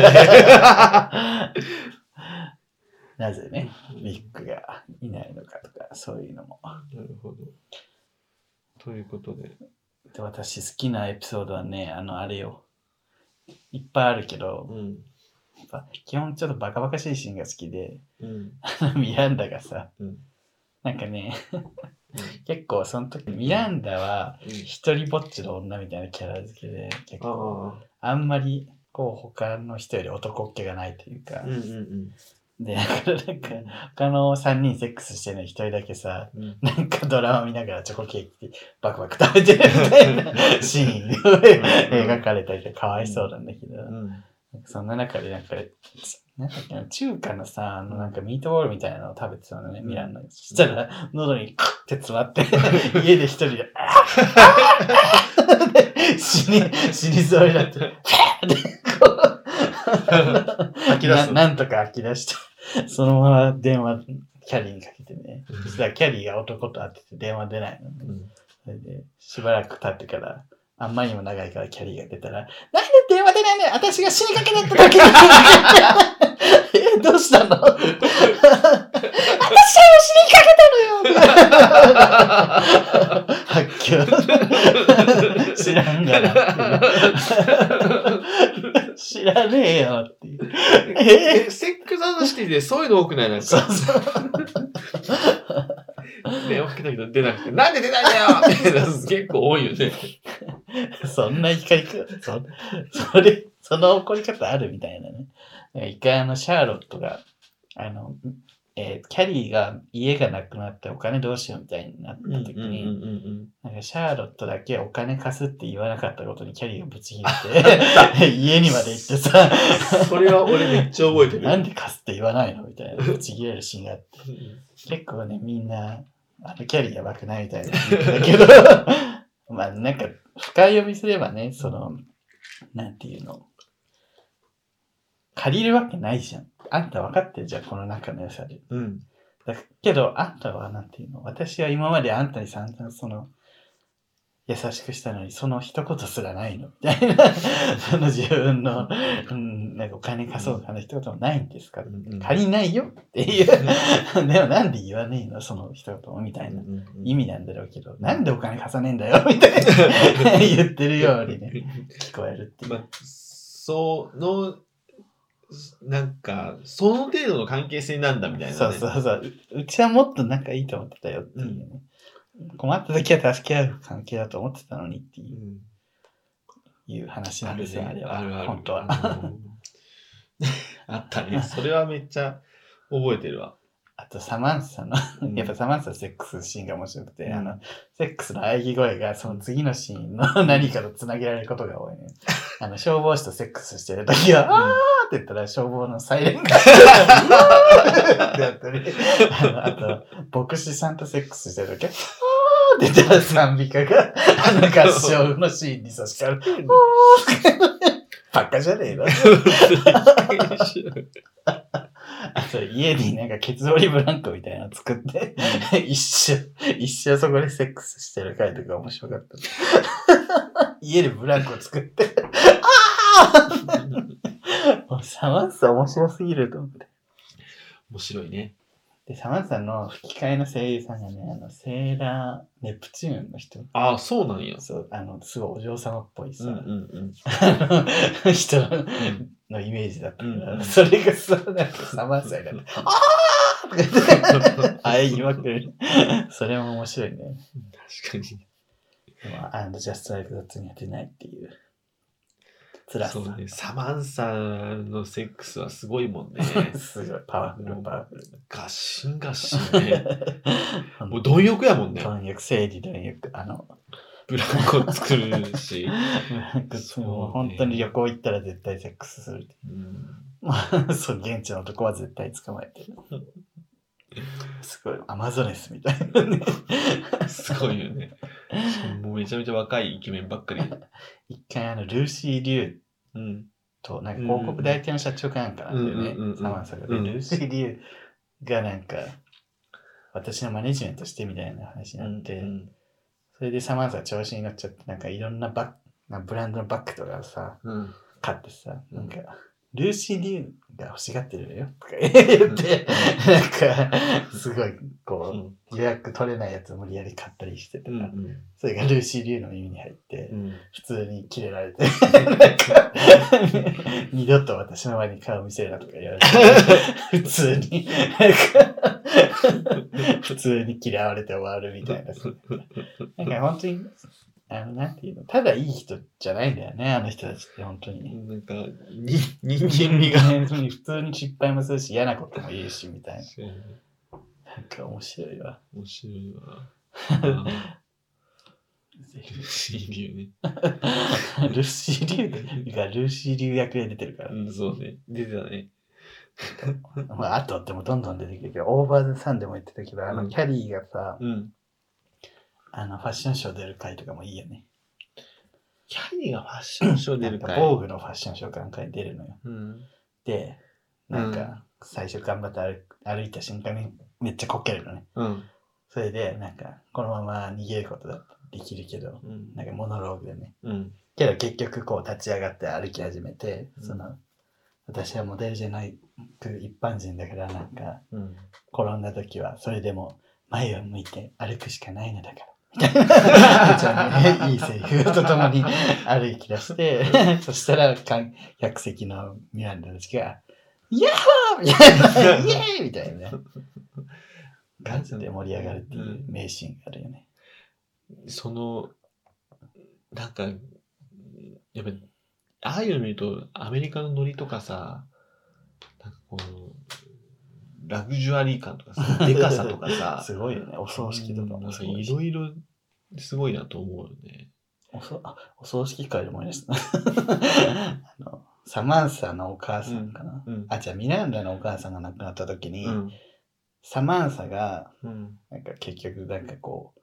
[SPEAKER 1] なぜね、ビッグがいないのかとか、そういうのも。
[SPEAKER 2] なるほど。ということで。
[SPEAKER 1] で私好きなエピソードはね、あの、あれよ。いっぱいあるけ
[SPEAKER 2] う
[SPEAKER 1] ど、
[SPEAKER 2] ん。
[SPEAKER 1] やっぱ基本ちょっとバカバカしいシーンが好きで、 *laughs*
[SPEAKER 2] うん。
[SPEAKER 1] ミランダがさ、
[SPEAKER 2] うん
[SPEAKER 1] なんかね、結構その時ミランダは一人ぼっちの女みたいなキャラ付けで結
[SPEAKER 2] あ
[SPEAKER 1] 構
[SPEAKER 2] あ。
[SPEAKER 1] あんまりこう他の人より男っ気がないというか
[SPEAKER 2] うん、うん
[SPEAKER 1] でだからなんか他の3人セックスしてるのに一人だけさ
[SPEAKER 2] うん。うん
[SPEAKER 1] なんかドラマ見ながらチョコケーキバクバク食べてるみたいなシーンが描かれたりとかかわいそうなんだけど、
[SPEAKER 2] うん。
[SPEAKER 1] なんかそんな中でなんかなんだっけな中華のさ、あのなんかミートボールみたいなのを食べてたのね、
[SPEAKER 2] うん
[SPEAKER 1] ミランの。そしたら、喉にクッて詰まって、家で一人で、あー死に、死にそうになって、
[SPEAKER 2] 吐き出す
[SPEAKER 1] ななんとか吐き出して、そのまま電話、キャリーにかけてね。そしたらキャリーが男と会ってて電話出ないのね。
[SPEAKER 2] うん
[SPEAKER 1] それで、しばらく経ってから、あんまりにも長いからキャリーが出たら、なんで電話出ないのよ私が死にかけだった時に *laughs* え、どうしたの私は死にかけたのよ発狂。 *laughs* 知らんがな
[SPEAKER 2] *laughs*
[SPEAKER 1] っていう。知らねえよっていう。え
[SPEAKER 2] え、セックスアンドシティでそういうの多くないなん
[SPEAKER 1] そ
[SPEAKER 2] か。
[SPEAKER 1] うそう。
[SPEAKER 2] *laughs* 電話かけたけど出なくて、なんで出ないんだよみたいなやつ結構多いよね。
[SPEAKER 1] そんな怒りか、そ、それ、その怒り方あるみたいなね。なんか一回あの、シャーロットが、あの、えーキャリーが家がなくなってお金どうしようみたいになった時に、
[SPEAKER 2] うん
[SPEAKER 1] なんかシャーロットだけお金貸すって言わなかったことにキャリーがぶち切れ
[SPEAKER 2] *laughs*
[SPEAKER 1] て、家にまで行ってさ、
[SPEAKER 2] それは俺めっちゃ覚えてる。
[SPEAKER 1] なんで貸すって言わないのみたいな、ぶち切れるシーンがあって。結構ね、みんな、あの、キャリーやばくないみたいな言うんだけど、
[SPEAKER 2] *laughs*
[SPEAKER 1] まあ、なんか、深読みすればね、その、なんていうの、借りるわけないじゃん。あんた分かってるじゃん、この中の良さで。
[SPEAKER 2] うん。
[SPEAKER 1] だけど、あんたは、なんていうの、私は今まであんたに散々、その、優しくしたのに、その一言すらないの *laughs* みたいな。その自分の、うん、なんかお金貸そうかの一言もないんですか
[SPEAKER 2] うん
[SPEAKER 1] 借りないよっていう。 *laughs* でもなんで言わねえのその一言もみたいな。意味なんだろうけど、なんでお金貸さねえんだよみたい
[SPEAKER 2] *laughs*
[SPEAKER 1] な言ってるようにね、聞こえるっていう。
[SPEAKER 2] まあ、その、なんか、その程度の関係性なんだみたいな、ね。
[SPEAKER 1] そうそうそうう。うちはもっと仲いいと思ってたよっていうね。困った時は助け合う関係だと思ってたのにって
[SPEAKER 2] う
[SPEAKER 1] いうんいう話な
[SPEAKER 2] あ
[SPEAKER 1] ん
[SPEAKER 2] る
[SPEAKER 1] です
[SPEAKER 2] ね。
[SPEAKER 1] よ、あれは。
[SPEAKER 2] あるある。
[SPEAKER 1] 本当は。
[SPEAKER 2] うん。あった *laughs* ね。それはめっちゃ覚えてる *laughs* わ。
[SPEAKER 1] あと、サマンサの、やっぱサマンサのセックスのシーンが面白くて、
[SPEAKER 2] うん
[SPEAKER 1] あの、セックスの喘ぎ声がその次のシーンの何かと繋げられることが多いね。あの、消防士とセックスしてる時は、あーって言ったら消防のサイレン *laughs* が、あーってやったり、あの、あと、牧師さんとセックスしてる時は、あーって言ったら賛美歌が、あの合唱のシーンに差し替わる。バカじゃねえのあと、家になんかケツ折りブランコみたいなの作って、一生、一生そこでセックスしてる回とか面白か *laughs* った。家でブランコ作って、 *laughs* もうサマンサ面白すぎると思って。
[SPEAKER 2] *laughs* 面白いね。
[SPEAKER 1] で、サマンサの吹き替えの声優さんがね、あの、セーラー、ネプチューンの人。
[SPEAKER 2] ああ、そうなんや。
[SPEAKER 1] そう、あの、すごいお嬢様っぽいさ、
[SPEAKER 2] うんうん
[SPEAKER 1] あの人
[SPEAKER 2] うん。
[SPEAKER 1] のイメージだったか
[SPEAKER 2] うんう
[SPEAKER 1] ら、
[SPEAKER 2] ん
[SPEAKER 1] それがさ、なんかサマンサになって、あーとか言って、
[SPEAKER 2] *laughs*
[SPEAKER 1] あい言いまくる。それも面白いね。
[SPEAKER 2] 確かに。
[SPEAKER 1] でも、アンドジャストライクだとにやってないっていう。辛さ。
[SPEAKER 2] そうね。サマンサのセックスはすごいも *laughs* んね。
[SPEAKER 1] すごい、パワフル、パワフル。
[SPEAKER 2] ガッシンガッシンね。もう貪欲やもんね。
[SPEAKER 1] 貪欲、正義貪欲。あの、
[SPEAKER 2] ブランコ作るし。
[SPEAKER 1] グッズもう本当に旅行行ったら絶対セックスする。
[SPEAKER 2] うん
[SPEAKER 1] *laughs* そう、現地の男は絶対捕まえてる。
[SPEAKER 2] *laughs*
[SPEAKER 1] すごい、アマゾネスみたいな *laughs* ね。
[SPEAKER 2] すごいよね。もうめちゃめちゃ若いイケメンばっかり。
[SPEAKER 1] 一回、あの、ルーシー・リュウ
[SPEAKER 2] *laughs* うん。
[SPEAKER 1] と、なんか広告代理店の社長かなんかなんだよね
[SPEAKER 2] うんうんうんう、ん
[SPEAKER 1] サマンサが。で、
[SPEAKER 2] うん
[SPEAKER 1] ルーシー・リュウがなんか、私のマネジメントしてみたいな話になって、
[SPEAKER 2] うん
[SPEAKER 1] それでサマンサ調子に乗っちゃって、なんかいろんなバッなブランドのバッグとかをさ、
[SPEAKER 2] うん。
[SPEAKER 1] 買ってさ、
[SPEAKER 2] うん
[SPEAKER 1] なんか、ルーシー・リュウが欲しがってるのよとか言 *laughs* って、なんか、すごい、
[SPEAKER 2] う
[SPEAKER 1] こ
[SPEAKER 2] ん。
[SPEAKER 1] う、予約取れないやつを無理やり買ったりしてた
[SPEAKER 2] う
[SPEAKER 1] ら、
[SPEAKER 2] ん。
[SPEAKER 1] それがルーシー・リュウの耳に入って
[SPEAKER 2] う、ん。
[SPEAKER 1] 普通にキレられて、なんか、二度と私の前に顔見せるなとか言われて、普通に、なんか、普通に嫌われて終わるみたいな。なんか本当に、あの、なんていうの、ただいい人じゃないんだよね、あの人たちって本当に。
[SPEAKER 2] なんか、に人間味が。
[SPEAKER 1] 普通に普通に失敗もするし、嫌なことも言うし、みたいな。なんか面白いわ。
[SPEAKER 2] 面白いわ。あーシーリューね。
[SPEAKER 1] *laughs* ルーシー・リュウがルーシー・リュウ役で出てるから。
[SPEAKER 2] うん、そうね。出てたね。
[SPEAKER 1] まあ、あとってもどんどん出てくるけど、オーバーズさんでも言ってたけど、あ
[SPEAKER 2] う
[SPEAKER 1] の、
[SPEAKER 2] ん
[SPEAKER 1] キャリーがさ、
[SPEAKER 2] うん。
[SPEAKER 1] あの、ファッションショー出る回とかもいいよね。
[SPEAKER 2] キャリーがファッションショー出るか
[SPEAKER 1] なん
[SPEAKER 2] い。
[SPEAKER 1] 防具のファッションショーかなんかに出るのよ。
[SPEAKER 2] うん。
[SPEAKER 1] で、なんか、最初頑張って歩く歩いた瞬間にめっちゃこけるのね。
[SPEAKER 2] うん。
[SPEAKER 1] それで、なんか、このまま逃げることだってできるけど、
[SPEAKER 2] うん
[SPEAKER 1] なんかモノローグでね。
[SPEAKER 2] うん。
[SPEAKER 1] けど結局こう立ち上がって歩き始めて、
[SPEAKER 2] うん
[SPEAKER 1] その、私はモデルじゃない一般人だからなんか、
[SPEAKER 2] うん。
[SPEAKER 1] 転んだ時はそれでも前を向いて歩くしかないのだ *laughs* から。みたいな
[SPEAKER 2] *laughs*
[SPEAKER 1] めちゃめちゃいいセリフとと *laughs* もに歩き出 *laughs* して、そしたら観客席のミランダたちが、イヤーみたいな、 *laughs* イエーイみたいなね感じで盛り上がるっていう名シーンがあるよね。
[SPEAKER 2] その、なんか、やっぱ、ああいうの見ると、アメリカのノリとかさ、なんかこの、ラグジュアリー感とか
[SPEAKER 1] *laughs*
[SPEAKER 2] さ、でかさとかさ、
[SPEAKER 1] すごいよね。お葬式とかもす
[SPEAKER 2] うん
[SPEAKER 1] ご
[SPEAKER 2] なん
[SPEAKER 1] い
[SPEAKER 2] い
[SPEAKER 1] し
[SPEAKER 2] ろいろすごいなと思うよね。
[SPEAKER 1] おそあお葬式会で思い出した。 *laughs* あのサマンサのお母さんかな。
[SPEAKER 2] うん。
[SPEAKER 1] あ、じゃあミランダのお母さんが亡くなった時に、
[SPEAKER 2] うん。
[SPEAKER 1] サマンサが
[SPEAKER 2] うん。
[SPEAKER 1] なんか結局なんかこう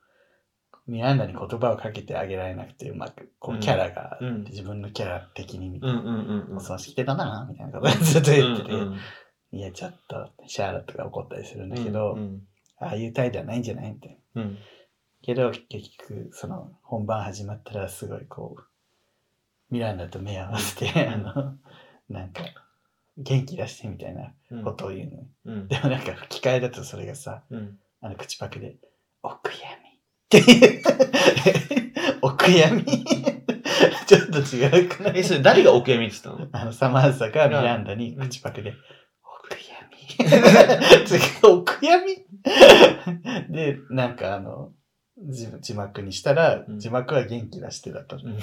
[SPEAKER 1] ミランダに言葉をかけてあげられなくてうまくこ
[SPEAKER 2] う
[SPEAKER 1] うんキャラが、
[SPEAKER 2] うん
[SPEAKER 1] 自分のキャラ的にみた
[SPEAKER 2] う
[SPEAKER 1] い
[SPEAKER 2] ん
[SPEAKER 1] な、
[SPEAKER 2] うんうんうん。
[SPEAKER 1] お葬式だなみたいなことをずっと
[SPEAKER 2] う
[SPEAKER 1] 言
[SPEAKER 2] ん
[SPEAKER 1] ってて、
[SPEAKER 2] うん
[SPEAKER 1] いやちょっとシャーロットが怒ったりするんだけど、
[SPEAKER 2] うん
[SPEAKER 1] ああいう態度はないんじゃないみたいな
[SPEAKER 2] うん。
[SPEAKER 1] けど、結局、その、本番始まったら、すごいこう、ミランダと目合わせて、あの、なんか、元気出してみたいな
[SPEAKER 2] うん
[SPEAKER 1] ことを言うの。
[SPEAKER 2] うん
[SPEAKER 1] でもなんか、吹き替えだとそれがさ、
[SPEAKER 2] うん
[SPEAKER 1] あの、口パクで、お悔やみっていう。 *laughs* お悔やみ *laughs* ちょっと違うくない
[SPEAKER 2] え、それ誰がお悔やみって言ったの
[SPEAKER 1] あの、サマーサがミランダに
[SPEAKER 2] うん
[SPEAKER 1] 口パクで、お悔やみ。 *laughs* 次、お悔やみ *laughs* で、なんかあの、字字幕にしたら、
[SPEAKER 2] うん
[SPEAKER 1] 字幕は元気出してだったの。
[SPEAKER 2] うん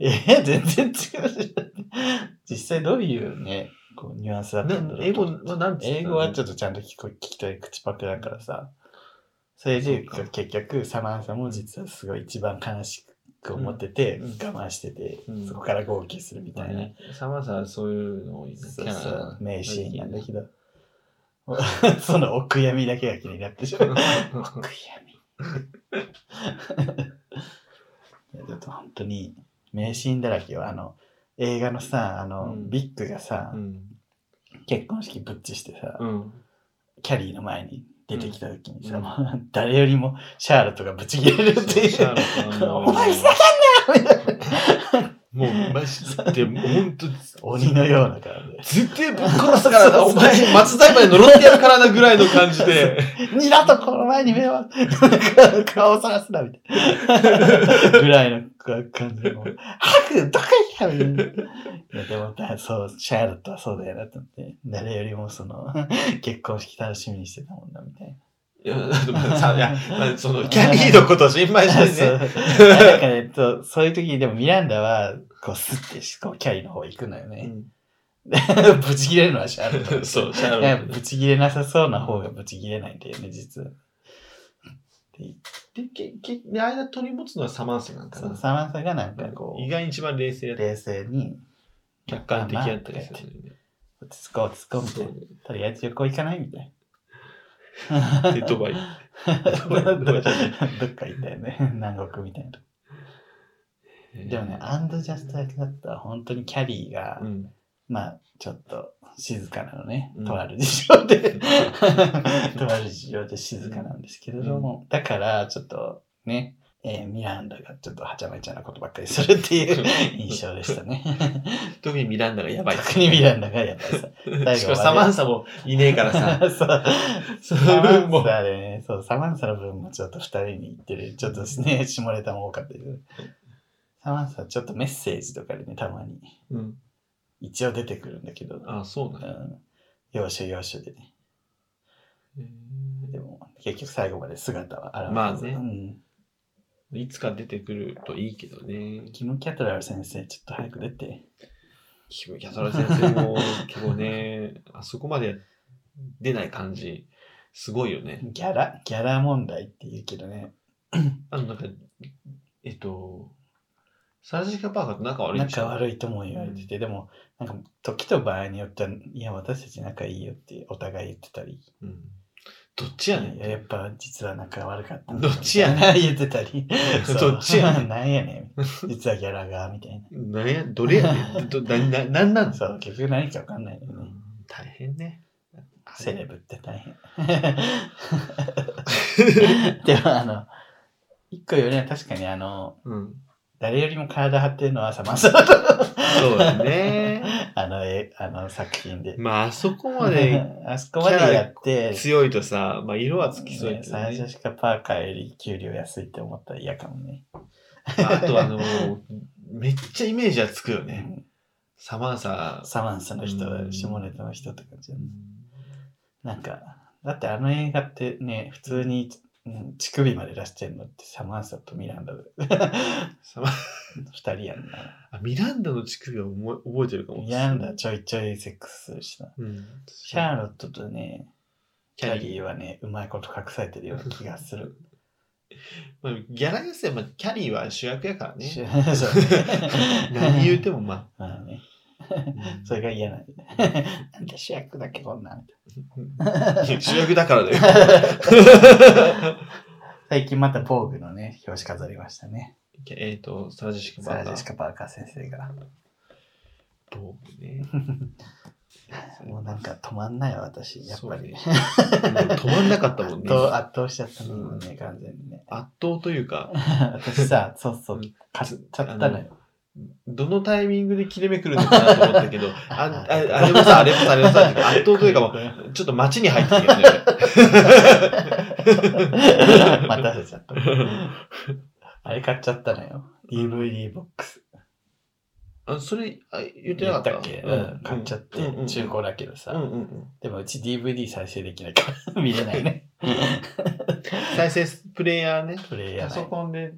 [SPEAKER 1] えー全然違う *laughs* じゃん。実際どういうね、こう、ニュアンスだったんだろう
[SPEAKER 2] な英語は何つったの
[SPEAKER 1] 英語はちょっとちゃんと聞こ聞きたい口パクだからさ。それで
[SPEAKER 2] そうか
[SPEAKER 1] 結局サマンサも実はすごい一番悲しく思ってて、
[SPEAKER 2] うんうん
[SPEAKER 1] 我慢してて、
[SPEAKER 2] うん
[SPEAKER 1] そこから号泣するみたいな。
[SPEAKER 2] サマーサはそういうのをキ
[SPEAKER 1] そう
[SPEAKER 2] ャ
[SPEAKER 1] そ
[SPEAKER 2] ラ
[SPEAKER 1] う、名シーンなんだけど。 *laughs* そのお悔やみだけが気になってしまう。お悔やみ。 *laughs* いやちょっと本当に名シーンだらけよ。あの、映画のさ、あの、
[SPEAKER 2] うん
[SPEAKER 1] ビッグがさ、
[SPEAKER 2] うん
[SPEAKER 1] 結婚式ぶっちしてさ、
[SPEAKER 2] うん
[SPEAKER 1] キャリーの前に出てきた時にさ、
[SPEAKER 2] うん
[SPEAKER 1] もう誰よりもシャーロットがぶち切れるってい
[SPEAKER 2] シャー
[SPEAKER 1] う。
[SPEAKER 2] ロットはもう
[SPEAKER 1] お前ふざけんなよみたいな
[SPEAKER 2] もう、マジで、ほんと、
[SPEAKER 1] 鬼のような顔で。
[SPEAKER 2] 絶対ぶっ殺すからな、お前、松代まで呪ってやるからなぐらいの感じで。
[SPEAKER 1] 二度とこの前に目を、 *laughs* 顔を探すな、みたい
[SPEAKER 2] *laughs*
[SPEAKER 1] な。ぐらいの感じで、もう、ハク、どこ行ったみたいな。いや、でも、だそう、シャーロットはそうだよなと思って、誰よりもその、結婚式楽しみにしてたもんな、みたい
[SPEAKER 2] いや、さいやまあその、キャリーのことを心配
[SPEAKER 1] な。
[SPEAKER 2] し
[SPEAKER 1] そ
[SPEAKER 2] てね。
[SPEAKER 1] う。なんかね、そうそういう時に、でもミランダは、こう、スッてし、こう、キャリーの方行くのよね。 *laughs* ぶち切れるのはシャーロットだ。
[SPEAKER 2] そう、シャ
[SPEAKER 1] いや、
[SPEAKER 2] ーロッ
[SPEAKER 1] ぶち切れなさそうな方がぶち切れないんだよね、実は。で
[SPEAKER 2] ト。で、けけで間取り持つのはサマンサなんか
[SPEAKER 1] その
[SPEAKER 2] な。
[SPEAKER 1] サマンサがなんかこ
[SPEAKER 2] 意
[SPEAKER 1] う、
[SPEAKER 2] 外に一番冷静で、
[SPEAKER 1] 冷静に、
[SPEAKER 2] 客観的やったりするよね。
[SPEAKER 1] 落ち着こう、落ち着こうみた
[SPEAKER 2] そ
[SPEAKER 1] いな
[SPEAKER 2] う。
[SPEAKER 1] とりあえず旅行行かないみたい
[SPEAKER 2] ね
[SPEAKER 1] な。
[SPEAKER 2] で、ドバイ。
[SPEAKER 1] ど
[SPEAKER 2] *laughs*
[SPEAKER 1] どっか行ったよね。南国みたいな。でもね、アンドジャスト役だったら本当にキャリーが、
[SPEAKER 2] うん。
[SPEAKER 1] まあ、ちょっと静かなのね
[SPEAKER 2] う。ん
[SPEAKER 1] とある事情
[SPEAKER 2] *laughs*
[SPEAKER 1] で、とある事情で静かなんですけれども、だから、ちょっとね、えーミランダがちょっとはちゃめちゃなことばっかりするっていう印象でしたね。
[SPEAKER 2] 特にミランダがやば
[SPEAKER 1] *laughs*
[SPEAKER 2] い。
[SPEAKER 1] 特にミランダがやっぱ
[SPEAKER 2] *laughs*
[SPEAKER 1] りさ、ダ
[SPEAKER 2] しかもサマンサもいねえからさ。
[SPEAKER 1] そう *laughs*
[SPEAKER 2] そ
[SPEAKER 1] サ
[SPEAKER 2] の
[SPEAKER 1] マ
[SPEAKER 2] 分も
[SPEAKER 1] ン。サでね、そう、サマンサの分もちょっと二人に言ってる、ちょっとね、下ネタも多かったけど、サマンサちょっとメッセージとかでね、たまに
[SPEAKER 2] *laughs* うん。
[SPEAKER 1] 一応出てくるんだけど、
[SPEAKER 2] あ、そうなん
[SPEAKER 1] う
[SPEAKER 2] だ。
[SPEAKER 1] ん、要所要所でね。
[SPEAKER 2] へえ
[SPEAKER 1] でも、結局最後まで姿は現
[SPEAKER 2] まあ
[SPEAKER 1] ず
[SPEAKER 2] ね
[SPEAKER 1] うん。
[SPEAKER 2] いつか出てくるといいけどね。
[SPEAKER 1] キム・キャトラル先生、ちょっと早く出て。
[SPEAKER 2] キム・キャサラ先生
[SPEAKER 1] *laughs*
[SPEAKER 2] も結構ね、あそこまで出ない感じ、すごいよね。
[SPEAKER 1] ギャラギャラ問題って言うけどね。
[SPEAKER 2] あの、なんか、えっと、サージカパーカーと仲悪いんでし
[SPEAKER 1] 仲
[SPEAKER 2] ょ
[SPEAKER 1] 悪いとも言われてて、でも、なんか、時と場合によっては、いや、私たち仲いいよってお互い言ってたり、
[SPEAKER 2] うん。どっちやねん
[SPEAKER 1] いややっぱ実は仲悪かったん
[SPEAKER 2] ど
[SPEAKER 1] だ
[SPEAKER 2] っちやね
[SPEAKER 1] みたい
[SPEAKER 2] ん。
[SPEAKER 1] な *laughs* 言ってたり
[SPEAKER 2] *laughs*
[SPEAKER 1] そう
[SPEAKER 2] どっちやねん
[SPEAKER 1] なんやねん。 *laughs* 実はギャラが、みたい
[SPEAKER 2] なんや、どれやね
[SPEAKER 1] *laughs*
[SPEAKER 2] ん。どなななんなん
[SPEAKER 1] な。
[SPEAKER 2] だ、
[SPEAKER 1] そう、結局何かわかんないよ
[SPEAKER 2] う
[SPEAKER 1] ね。
[SPEAKER 2] ん大変ね。あ
[SPEAKER 1] セレ
[SPEAKER 2] れ
[SPEAKER 1] ブって大変。でも、あの、一個よりは確かにあの、
[SPEAKER 2] うん。
[SPEAKER 1] 誰よりも体張ってるのはサマンサだと
[SPEAKER 2] そうだね。
[SPEAKER 1] *laughs* あの、え、あの作品で。
[SPEAKER 2] まあ、あそこまで
[SPEAKER 1] *laughs* あそこまでやって、
[SPEAKER 2] 強いとさ、まあ、色はつきそうや
[SPEAKER 1] ね
[SPEAKER 2] けど
[SPEAKER 1] 最
[SPEAKER 2] ね
[SPEAKER 1] 初しかパーカーより給料安いって思ったら嫌かもね。
[SPEAKER 2] まああとあの、めっちゃイメージはつくよね。サマンサ。
[SPEAKER 1] サマンサの人
[SPEAKER 2] う、ん
[SPEAKER 1] 下ネタの人って感じだね。なんか、だってあの映画ってね、普通に、うん乳首まで出してるのってサマンサとミランダで
[SPEAKER 2] サマン
[SPEAKER 1] 二人やんな。
[SPEAKER 2] あミランダの乳首は思い覚えてるかも。
[SPEAKER 1] ミランダちょいちょいセックスするしな。
[SPEAKER 2] うん。
[SPEAKER 1] シャーロットとね、
[SPEAKER 2] キ
[SPEAKER 1] キ
[SPEAKER 2] ャ
[SPEAKER 1] ャ
[SPEAKER 2] リ
[SPEAKER 1] リ
[SPEAKER 2] ー。
[SPEAKER 1] ーはね、うまいこと隠されてるような気がする。
[SPEAKER 2] まあ、ギャラですよ、まあ、キャリーは主役やからね。
[SPEAKER 1] そうね
[SPEAKER 2] *laughs* 何言うてもま
[SPEAKER 1] まあね、
[SPEAKER 2] あ。うん
[SPEAKER 1] それが嫌なんで。 *laughs* なんで主役だけこんなん
[SPEAKER 2] いや主役だからだよ。
[SPEAKER 1] *laughs* 最近また防具のね、表紙飾りましたね。
[SPEAKER 2] えっと、サラジェシカ
[SPEAKER 1] サ
[SPEAKER 2] バ
[SPEAKER 1] ラ
[SPEAKER 2] ー
[SPEAKER 1] ジ
[SPEAKER 2] ガ
[SPEAKER 1] ェシ
[SPEAKER 2] ー。
[SPEAKER 1] カ・パーカー先生が。 *laughs*
[SPEAKER 2] 僕ね。
[SPEAKER 1] もうなんか止まんないわ、私。やっぱり。
[SPEAKER 2] そうねもう止まんなかったもん
[SPEAKER 1] 圧 *laughs*
[SPEAKER 2] ね。
[SPEAKER 1] 倒
[SPEAKER 2] 圧
[SPEAKER 1] 圧倒しちゃったね、
[SPEAKER 2] うん
[SPEAKER 1] 今ね、完全にね。
[SPEAKER 2] 倒というか、
[SPEAKER 1] 私さ、そうそう
[SPEAKER 2] うん、
[SPEAKER 1] 買っちゃったのよ。
[SPEAKER 2] どのタイミングで切れ目くるのかなと思ったけど、あああれもさ、あれもさ、あれもさ、圧倒というか、もうちょっと街に入ってきてるね。
[SPEAKER 1] *laughs* *laughs* 待たせちゃった。あれ買っちゃったのよ。DVD ボックス。
[SPEAKER 2] あそれあ言って
[SPEAKER 1] 言
[SPEAKER 2] なか
[SPEAKER 1] っ
[SPEAKER 2] った
[SPEAKER 1] たっけうん。買っちゃって
[SPEAKER 2] うんうんう、ん
[SPEAKER 1] 中古だけど
[SPEAKER 2] うん
[SPEAKER 1] さ。
[SPEAKER 2] うんうん、
[SPEAKER 1] でもうち DVD 再生できないから、 *laughs* 見れないね。
[SPEAKER 2] 再生プレイヤーね。
[SPEAKER 1] プレイヤ
[SPEAKER 2] パ
[SPEAKER 1] ーな
[SPEAKER 2] ソ
[SPEAKER 1] い。
[SPEAKER 2] コンで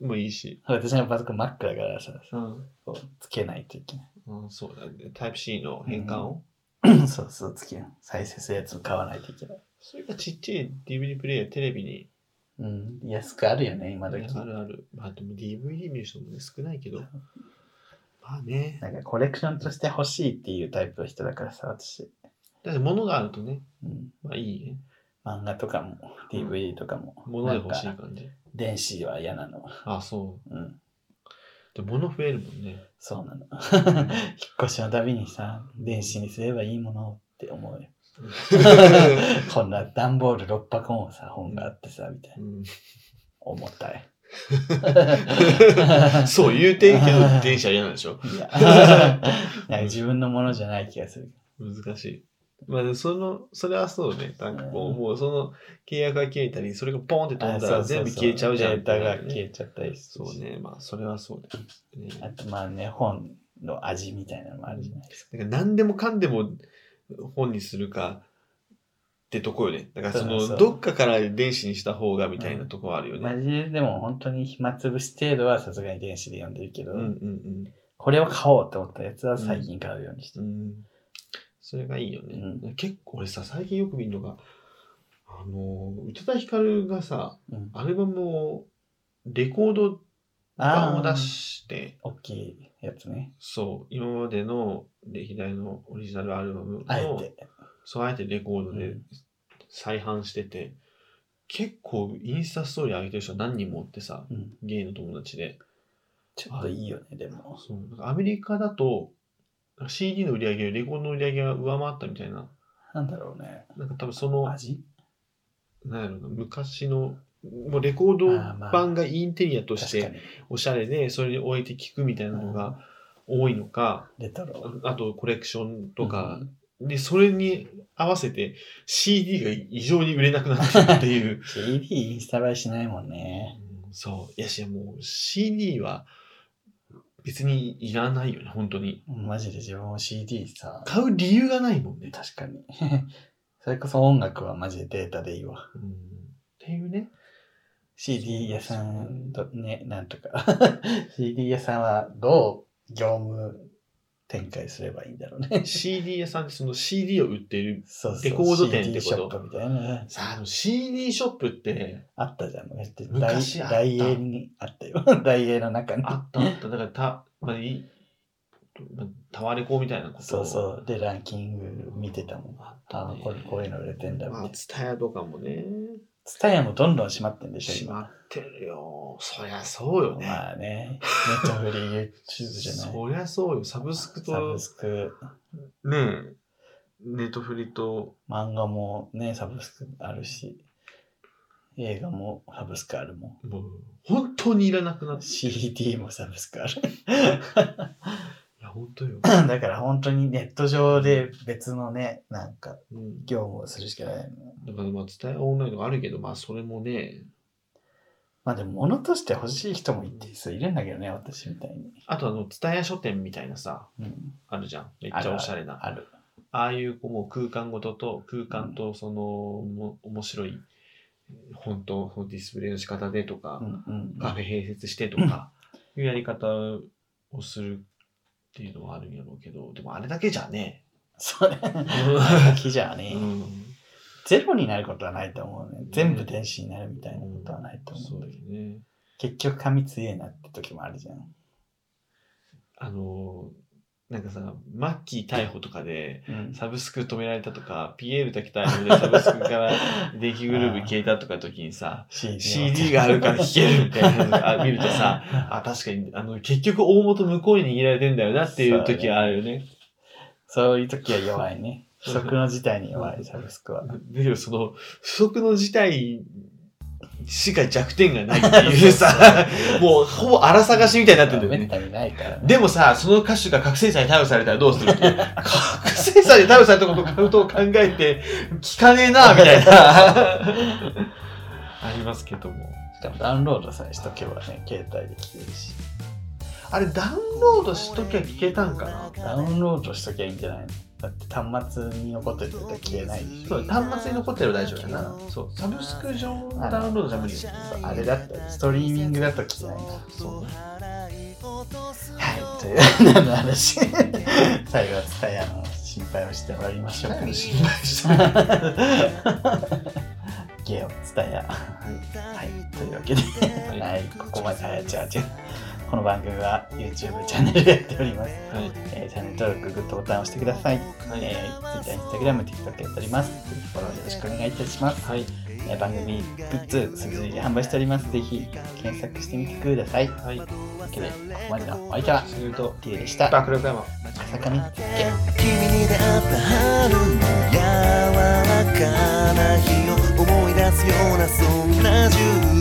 [SPEAKER 2] もいいし。
[SPEAKER 1] 私のパソコン Mac だからさ、
[SPEAKER 2] うん。
[SPEAKER 1] こうつけないといけない。
[SPEAKER 2] うん、そうだね。タイプ C の変換を。
[SPEAKER 1] そうそう、つけない。再生するやつも買わないといけない。
[SPEAKER 2] それがちっちゃい DVD プレイヤー、テレビに。
[SPEAKER 1] うん。安くあるよね、今
[SPEAKER 2] あ
[SPEAKER 1] 時。
[SPEAKER 2] るある。まあでも DVD 見る人もね、少ないけど。まあね。
[SPEAKER 1] なんかコレクションとして欲しいっていうタイプの人だからさ、私。
[SPEAKER 2] だって物があるとね、
[SPEAKER 1] うん。
[SPEAKER 2] まあいいね。
[SPEAKER 1] 漫画とかも、DVD とかも。
[SPEAKER 2] 物で欲しい
[SPEAKER 1] なんか
[SPEAKER 2] 感じ。
[SPEAKER 1] 電子は嫌なの。
[SPEAKER 2] あ、そう。
[SPEAKER 1] うん。
[SPEAKER 2] で物増えるも
[SPEAKER 1] *laughs*
[SPEAKER 2] んね。
[SPEAKER 1] そうなの。引っ越しのたびにさ、電子にすればいいものをって思うよ。こんな段ボール6箱もさ、本があってさ、みたいな
[SPEAKER 2] う。ん
[SPEAKER 1] 重たい。
[SPEAKER 2] *laughs* そう言うてんけど、電車嫌なんでしょ
[SPEAKER 1] い
[SPEAKER 2] *laughs*
[SPEAKER 1] や、なんか自分のものじゃない気がする。
[SPEAKER 2] 難しい。まあ、でもその、それはそうね。なんかこう、もうその契約が消えたり、それがポンって飛んだら全部消えちゃうじゃん。
[SPEAKER 1] データが消えちゃったりするし
[SPEAKER 2] そう。ね。まあ、それはそうだよね。
[SPEAKER 1] あとまあね、本の味みたいなのもあるじゃないですか。
[SPEAKER 2] なんか何でもかんでも本にするかってとこよね。だからその、
[SPEAKER 1] そうそう
[SPEAKER 2] どっかから電子にした方がみたいなとこはあるよ
[SPEAKER 1] マ
[SPEAKER 2] ね。
[SPEAKER 1] ジででも本当に暇つぶし程度はさすがに電子で読んでるけど、
[SPEAKER 2] うんうん
[SPEAKER 1] これを買おうと思ったやつは最近買うようにして
[SPEAKER 2] うん。う
[SPEAKER 1] る。
[SPEAKER 2] ん。それがいいよね。
[SPEAKER 1] う
[SPEAKER 2] 結構俺さ、最近よく見るのが、あの、宇多田ヒカルがさ、
[SPEAKER 1] うん、
[SPEAKER 2] アルバムをレコード版を
[SPEAKER 1] あ
[SPEAKER 2] 出
[SPEAKER 1] あ、
[SPEAKER 2] して、
[SPEAKER 1] 大きいやつね。
[SPEAKER 2] そう、今までの歴代のオリジナルアルバム
[SPEAKER 1] あえ
[SPEAKER 2] を、
[SPEAKER 1] て。
[SPEAKER 2] そう、あえてレコード
[SPEAKER 1] う
[SPEAKER 2] で
[SPEAKER 1] ん
[SPEAKER 2] 再販してて、結構インスタストーリー上げてる人何人もおってさ、
[SPEAKER 1] うん、
[SPEAKER 2] ゲイの友達で。
[SPEAKER 1] ちょっといいよね、でも。
[SPEAKER 2] そうなんかアメリカだと、なんか CD の売り上げよりレコードの売り上げが上回ったみたいな、
[SPEAKER 1] なんだろうね。
[SPEAKER 2] なんか多分その、
[SPEAKER 1] 味
[SPEAKER 2] なんやろな、昔の、もうレコード
[SPEAKER 1] あーまあ
[SPEAKER 2] 版がインテリアとし
[SPEAKER 1] 確か
[SPEAKER 2] て
[SPEAKER 1] に。
[SPEAKER 2] おしゃれで、それに置いて聴くみたいなのが多いのか、
[SPEAKER 1] レトロ。
[SPEAKER 2] あとコレクションとか、で、それに合わせて CD が異常に売れなくなってるっていう
[SPEAKER 1] うん。。CD インスタ映えしないもんね。
[SPEAKER 2] そう。いやし、もう CD は別にいらないよね、本当に。
[SPEAKER 1] マジで自分も CD さ、
[SPEAKER 2] 買う理由がないもんね。
[SPEAKER 1] 確かに。 *laughs* それこそ音楽はマジでデータでいいわ。
[SPEAKER 2] うんっていうね。
[SPEAKER 1] CD 屋さんとね、なんとか。CD 屋さんはどう業務展開すればいいんだろう
[SPEAKER 2] *laughs*
[SPEAKER 1] ね。
[SPEAKER 2] CD 屋さんでその CD を売っている。
[SPEAKER 1] そうそう。
[SPEAKER 2] レコード店っ
[SPEAKER 1] CD
[SPEAKER 2] てこと
[SPEAKER 1] ショップみたいなね。
[SPEAKER 2] さあ、あの CD ショップって
[SPEAKER 1] あったじゃん。だってダイ
[SPEAKER 2] 昔あった
[SPEAKER 1] ダイエーにあったよ。 *laughs* ダイエーの中に。
[SPEAKER 2] あったあった。だからた、まあ、いまあタワレコみたいなこと
[SPEAKER 1] そうそう。で、ランキング見てたもん。
[SPEAKER 2] あった
[SPEAKER 1] あの
[SPEAKER 2] ね。
[SPEAKER 1] これこういうの売れてんだみたい
[SPEAKER 2] まあ、
[SPEAKER 1] な。
[SPEAKER 2] ツタヤとかもね。
[SPEAKER 1] ツタヤもどんどん閉まってんでしょ、
[SPEAKER 2] 閉ま
[SPEAKER 1] 今。
[SPEAKER 2] ってるよ。そりゃそうよね。
[SPEAKER 1] まあね。ネットフリー YouTube じゃない。
[SPEAKER 2] そりゃそうよ。サブスク
[SPEAKER 1] サブ
[SPEAKER 2] と、
[SPEAKER 1] スク、
[SPEAKER 2] ねえ、ネットフリと、
[SPEAKER 1] 漫画もね、サブスクあるし、映画もサブスクあるもん。
[SPEAKER 2] もう、本当にいらなくなって。
[SPEAKER 1] CD もサブスクあ
[SPEAKER 2] *laughs*
[SPEAKER 1] る。
[SPEAKER 2] いや、本当よ。
[SPEAKER 1] だから本当にネット上で別のね、なんか
[SPEAKER 2] うん。
[SPEAKER 1] 業務をするしかないの。
[SPEAKER 2] だから、まあ、伝えオンラインがあるけど、まあ、それもね、
[SPEAKER 1] まあでも物として欲しい人も一定数いるんだけどね、私みたいに。
[SPEAKER 2] あと、あの、伝え書店みたいなさ、
[SPEAKER 1] うん、
[SPEAKER 2] あるじゃん。めっちゃおしゃれな。あ
[SPEAKER 1] ある。
[SPEAKER 2] あいう、こうもう空間ごとと、空間と、その、も面白い、本当のディスプレイの仕方でとか、
[SPEAKER 1] うんうん、
[SPEAKER 2] カフェ併設してとか、いうやり方をするっていうのはあるんやろうけど、でも、あれだけじゃ *laughs* ね。
[SPEAKER 1] それ、きじゃ
[SPEAKER 2] う
[SPEAKER 1] ね、
[SPEAKER 2] ん。
[SPEAKER 1] ゼロになることはないと思うね。全部電子になるみたいなことはないと思
[SPEAKER 2] そううん
[SPEAKER 1] だ
[SPEAKER 2] だ
[SPEAKER 1] け
[SPEAKER 2] よ
[SPEAKER 1] ど。
[SPEAKER 2] ね。
[SPEAKER 1] 結局紙強えなって時もあるじゃん。
[SPEAKER 2] あのーなんかさ、マッキー逮捕とかで、
[SPEAKER 1] うん
[SPEAKER 2] サブスク止められたとか、ピエールだけ逮捕でサブスクから電気グルーブ消えたとか時にさ、CD があるから弾けるみたいなのがあ見るとさ、あ、確かに、あの、結局大元向こうに逃げられてんだよなっていう時があるよね。
[SPEAKER 1] そういう時は弱いね。不測の事態に弱い、サブスクは。
[SPEAKER 2] だけどその不測の事態しか弱点がないっていう *laughs* さもうほぼ荒探しみたいになってるんだよ
[SPEAKER 1] めった
[SPEAKER 2] ね
[SPEAKER 1] にないからね。
[SPEAKER 2] でもさその歌手が覚醒剤に逮捕されたらどうするっていう覚醒剤で逮捕されたことことを考えて聞かねえなみたいなありますけども
[SPEAKER 1] しかもダウンロードさえしとけばね、携帯で聞けるし。
[SPEAKER 2] あれダウンロードしときゃ聞けたんかな
[SPEAKER 1] ダウンロードしときゃいいんじゃないのだって端末に残ってると消えないでし
[SPEAKER 2] そう端末に残ってる大丈夫やなそうサブスク上のダウンロードじゃ無理よ
[SPEAKER 1] ょ。あれだったら、ストリーミングだと消えないな。
[SPEAKER 2] そうね
[SPEAKER 1] はい、という何の *laughs* 話。最後はツタヤの心配をして終わりましょうか。
[SPEAKER 2] 心配した
[SPEAKER 1] *laughs* ゲオ、ツタヤ。はい、というわけで、
[SPEAKER 2] い
[SPEAKER 1] はい、ここまで、あ、違う違う。この番組は YouTube チャンネルでやっております。
[SPEAKER 2] はい
[SPEAKER 1] えーチャンネル登録、グッドボタンを押してください。
[SPEAKER 2] はい
[SPEAKER 1] えー、Twitter、Instagram、TikTok やっております。ぜひフォローよろしくお願いいたします。
[SPEAKER 2] はい
[SPEAKER 1] えー番組グッズ、すぐりで販売しております。ぜひ検索してみてください。という
[SPEAKER 2] はい
[SPEAKER 1] わけで、ここまでのお相手は、
[SPEAKER 2] すると
[SPEAKER 1] T でした。
[SPEAKER 2] 爆力山
[SPEAKER 1] 朝霞見つけ。
[SPEAKER 3] 君に出会った春の柔らかな日を思い出すようなそんな10